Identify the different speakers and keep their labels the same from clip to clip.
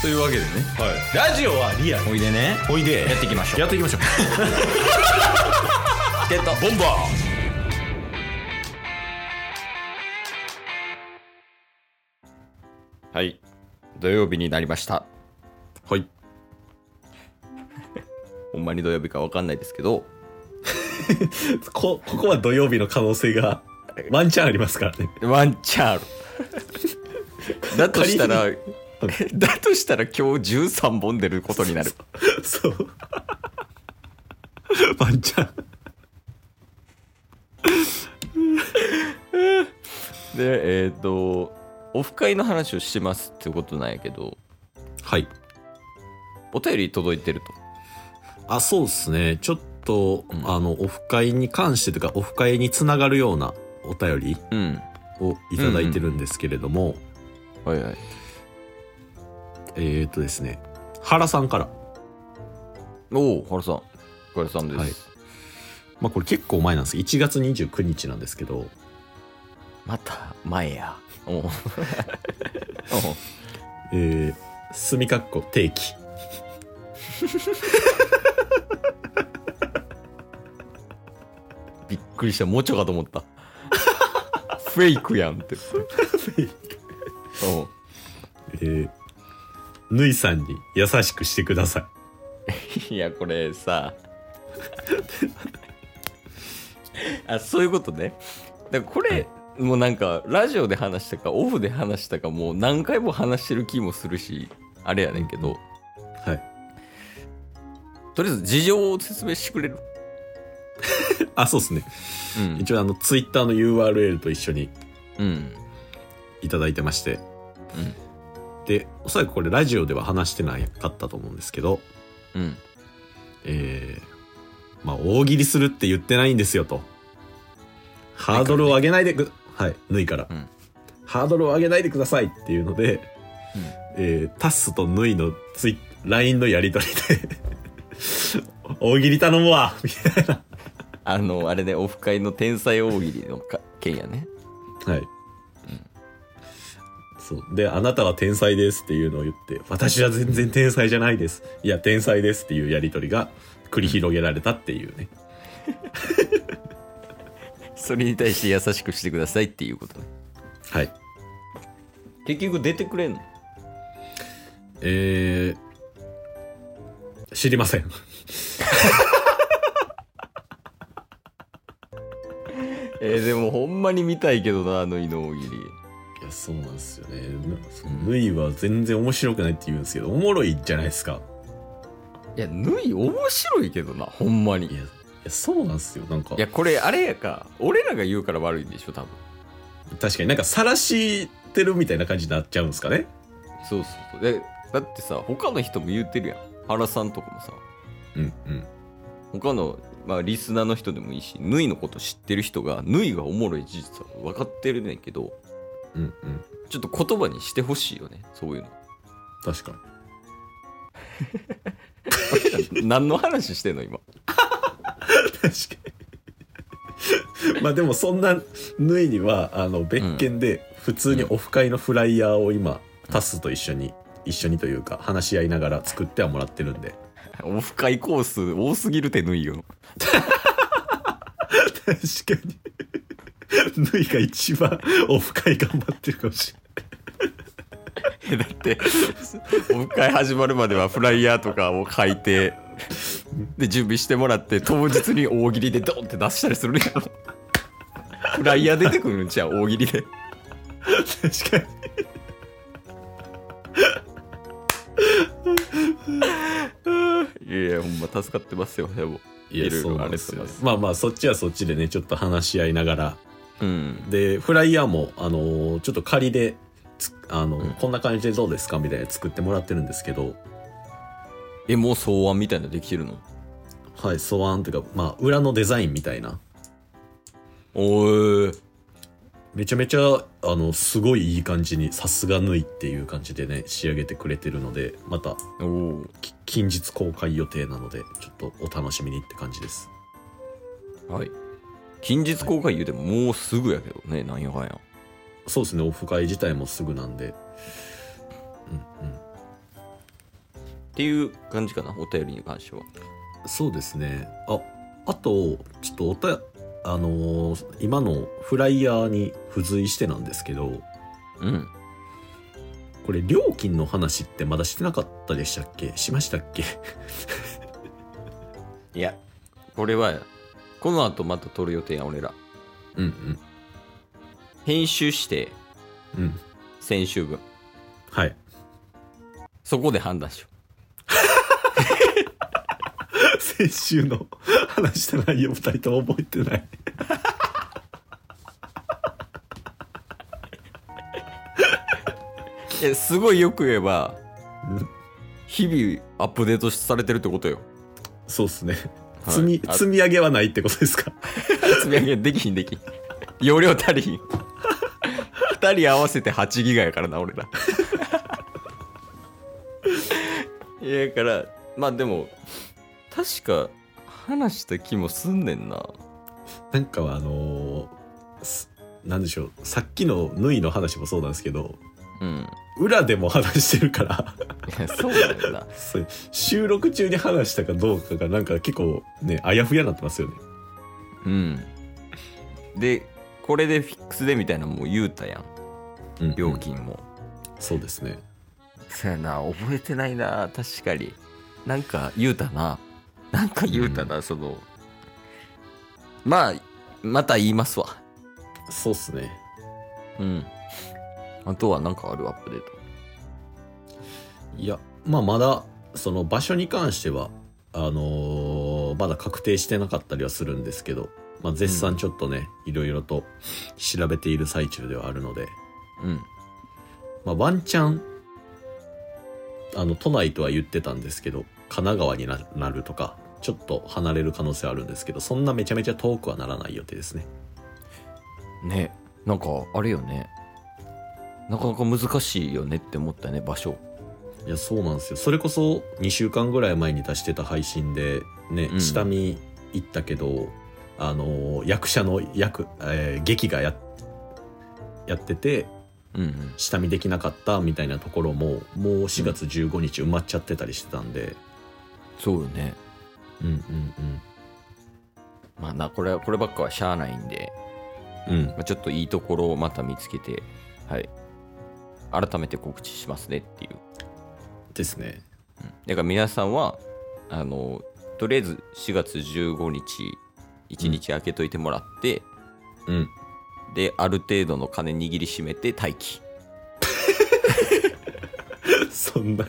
Speaker 1: というわけでね
Speaker 2: はい、ラジオはリアル
Speaker 1: おいでね
Speaker 2: おいで
Speaker 1: やっていきましょう
Speaker 2: やっていきましょう
Speaker 1: ゲット
Speaker 2: ボンバ
Speaker 1: はい土曜日になりました
Speaker 2: ーはい
Speaker 1: ほんまに土曜日かわかんないですけど
Speaker 2: こここは土曜日の可能性がワンチャンありますからね
Speaker 1: ワンチ ャンあるだとしたら だとしたら今日13本出ることになる
Speaker 2: そう ワンチャン
Speaker 1: でえっ、とオフ会の話をしてますってことなんやけど
Speaker 2: はい
Speaker 1: お便り届いてると
Speaker 2: あそうですねちょっと、
Speaker 1: うん
Speaker 2: あのオフ会に関してというかオフ会につながるようなお便り
Speaker 1: うん
Speaker 2: をいただいてるんですけれども、
Speaker 1: はいはい
Speaker 2: えっ、ー、とですね原さんから、
Speaker 1: おお原さんお疲れさんです、
Speaker 2: はいまあ、これ結構前なんです1月29日なんですけど
Speaker 1: また前や おうおう
Speaker 2: えー、墨かっこ定期
Speaker 1: びっくりしたもうちょかと思ったフェイクやんっておう
Speaker 2: えー、ぬいさんに優しくしてくださ
Speaker 1: いやこれさあそういうことねだからこれ、もうなんかラジオで話したかオフで話したかもう何回も話してる気もするしあれやねんけど、
Speaker 2: いはい
Speaker 1: とりあえず事情を説明してくれる、
Speaker 2: あそうですね
Speaker 1: うん
Speaker 2: 一応あのツイッターの URL と一緒に
Speaker 1: うん
Speaker 2: いただいてましてでおそらくこれラジオでは話してなかったと思うんですけど
Speaker 1: うん
Speaker 2: えー、まあ大喜利するって言ってないんですよとハードルを上げないでくはいぬいから、
Speaker 1: うん
Speaker 2: ハードルを上げないでくださいっていうので、
Speaker 1: うん
Speaker 2: えータッスとぬいのツイ LINE のやり取りで大喜利頼むわみたいな
Speaker 1: あのあれねオフ会の天才大喜利のか件やね
Speaker 2: はい、そうで「あなたは天才です」っていうのを言って「私は全然天才じゃないです」「いや天才です」っていうやり取りが繰り広げられたっていうね
Speaker 1: それに対して優しくしてくださいっていうことね
Speaker 2: はい
Speaker 1: 結局出てくれんの
Speaker 2: えー、知りません
Speaker 1: えーでもほんまに見たいけどなあの井の大喜利
Speaker 2: いやそうなんですよねぬいは全然面白くないって言うんですけどおもろいじゃないですか
Speaker 1: いやぬい面白いけどなほんまに
Speaker 2: い
Speaker 1: い
Speaker 2: やいやそうなんですよなんか
Speaker 1: やこれあれやか俺らが言うから悪いんでしょ多分
Speaker 2: 確かになんか晒してるみたいな感じになっちゃうんですかね
Speaker 1: そうそうそうでだってさ他の人も言うてるやん原さんとかもさ
Speaker 2: うんうん
Speaker 1: 他の、まあ、リスナーの人でもいいしぬいのこと知ってる人がぬいがおもろい事実は分かってるねんけど
Speaker 2: うんうん
Speaker 1: ちょっと言葉にしてほしいよねそういうの
Speaker 2: 確かに
Speaker 1: 何の話してんの今
Speaker 2: 確かに まあでもそんなぬいにはあの別件で普通にオフ会のフライヤーを今タスと一緒に一緒にというか話し合いながら作ってはもらってるんで
Speaker 1: オフ会コース多すぎるてぬいよ
Speaker 2: 確かに ぬいが一番オフ会頑張ってるかもしれ
Speaker 1: え
Speaker 2: ない
Speaker 1: だってオフ会始まるまではフライヤーとかを書いてで準備してもらって当日に大喜利でドンって出したりするやろフライヤー出てくるんちゃう大喜利で
Speaker 2: 確か
Speaker 1: いやいやほんま助かってますよでも
Speaker 2: に
Speaker 1: いろいろ
Speaker 2: そうなんですよ
Speaker 1: あれとか
Speaker 2: まあまあそっちはそっちでねちょっと話し合いながら
Speaker 1: うん
Speaker 2: でフライヤーもあのーちょっと仮でつあの、
Speaker 1: うん
Speaker 2: こんな感じでどうですかみたいな作ってもらってるんですけど
Speaker 1: えもう草案みたいなのできてるの
Speaker 2: はい、素案というか、まあ、裏のデザインみたいな。
Speaker 1: おー
Speaker 2: めちゃめちゃ、あの、すごいいい感じに、さすが縫いっていう感じでね、仕上げてくれてるので、また、
Speaker 1: おお
Speaker 2: き近日公開予定なので、ちょっとお楽しみにって感じです。
Speaker 1: はい近日公開言うてももうすぐやけどねなんやかんや
Speaker 2: そうですね、オフ会自体もすぐなんで。うんうん。
Speaker 1: っていう感じかなお便りに関しては
Speaker 2: そうですねああとちょっとおたあのー今のフライヤーに付随してなんですけど
Speaker 1: うん
Speaker 2: これ料金の話ってまだしてなかったでしたっけしましたっけ
Speaker 1: いやこれはこの後また撮る予定や俺ら
Speaker 2: うんうん
Speaker 1: 編集して
Speaker 2: うん
Speaker 1: 先週分
Speaker 2: はい
Speaker 1: そこで判断しよ
Speaker 2: 先週の話した内容2人とも覚えてない
Speaker 1: うえすごいよく言えば
Speaker 2: うん
Speaker 1: 日々アップデートされてるってことよ、
Speaker 2: そうっすね、
Speaker 1: はい
Speaker 2: 積み
Speaker 1: あ
Speaker 2: 積み上げはないってことですか
Speaker 1: 積み上げできひんできひん容量足りひん2人合わせて8ギガやからな俺らいやだからまあでも確か話した気もすんねんな
Speaker 2: なんかあのーすなんでしょうさっきの縫いの話もそうなんですけど
Speaker 1: うん
Speaker 2: 裏でも話してるから
Speaker 1: いやそうだよな
Speaker 2: そう収録中に話したかどうかがなんか結構ねあやふやになってますよね
Speaker 1: うんでこれでフィックスでみたいなのもう言うたやん
Speaker 2: うん
Speaker 1: 料金も、
Speaker 2: そうですね
Speaker 1: そやな覚えてないな確かになんか言うたななんか言うたな、そのまあまた言いますわ
Speaker 2: そうっすね
Speaker 1: うんあとはなんかあるアップデート
Speaker 2: いやまあまだその場所に関してはあのーまだ確定してなかったりはするんですけど、まあ、絶賛ちょっとね、いろいろと調べている最中ではあるので、
Speaker 1: うん
Speaker 2: まあ、ワンチャンあの都内とは言ってたんですけど神奈川にななるとかちょっと離れる可能性はあるんですけどそんなめちゃめちゃ遠くはならない予定ですね
Speaker 1: ねなんかあれよねなかなか難しいよねって思ったよね場所
Speaker 2: いやそうなんですよそれこそ2週間ぐらい前に出してた配信でね、
Speaker 1: うん
Speaker 2: 下見行ったけどあのー役者の役、えー劇がややってて
Speaker 1: うんうん
Speaker 2: 下見できなかったみたいなところももう4月15日埋まっちゃってたりしてたんで、
Speaker 1: そうよね
Speaker 2: うん、うん
Speaker 1: まあなこれはこればっかはしゃあないんで
Speaker 2: うんうん
Speaker 1: まあ、ちょっといいところをまた見つけて、はい、改めて告知しますねっていう。
Speaker 2: ですね
Speaker 1: だから皆さんはあのとりあえず4月15日1日空けといてもらって、
Speaker 2: うん
Speaker 1: である程度の金握りしめて待機
Speaker 2: そんな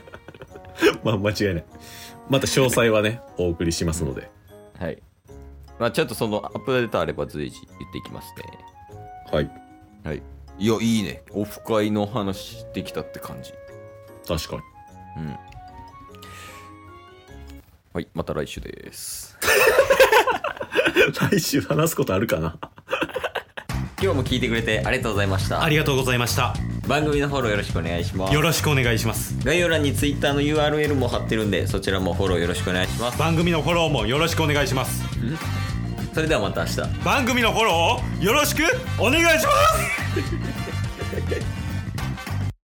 Speaker 2: まあ間違いないまた詳細はねお送りしますので
Speaker 1: はい、まあ、ちょっとそのアップデートあれば随時言っていきますね
Speaker 2: はい
Speaker 1: はいいやいいねオフ会の話できたって感じ
Speaker 2: 確かに
Speaker 1: うんはいまた来週です
Speaker 2: 来週話すことあるかな
Speaker 1: 今日も聞いてくれてありがとうございました
Speaker 3: ありがとうございました
Speaker 1: 番組のフォローよろしくお願いします
Speaker 3: よろしくお願いします
Speaker 1: 概要欄に Twitter の URL も貼ってるんでそちらもフォローよろしくお願いします
Speaker 3: 番組のフォローもよろしくお願いします
Speaker 1: それではまた明日
Speaker 3: 番組のフォローをよろしくお願いします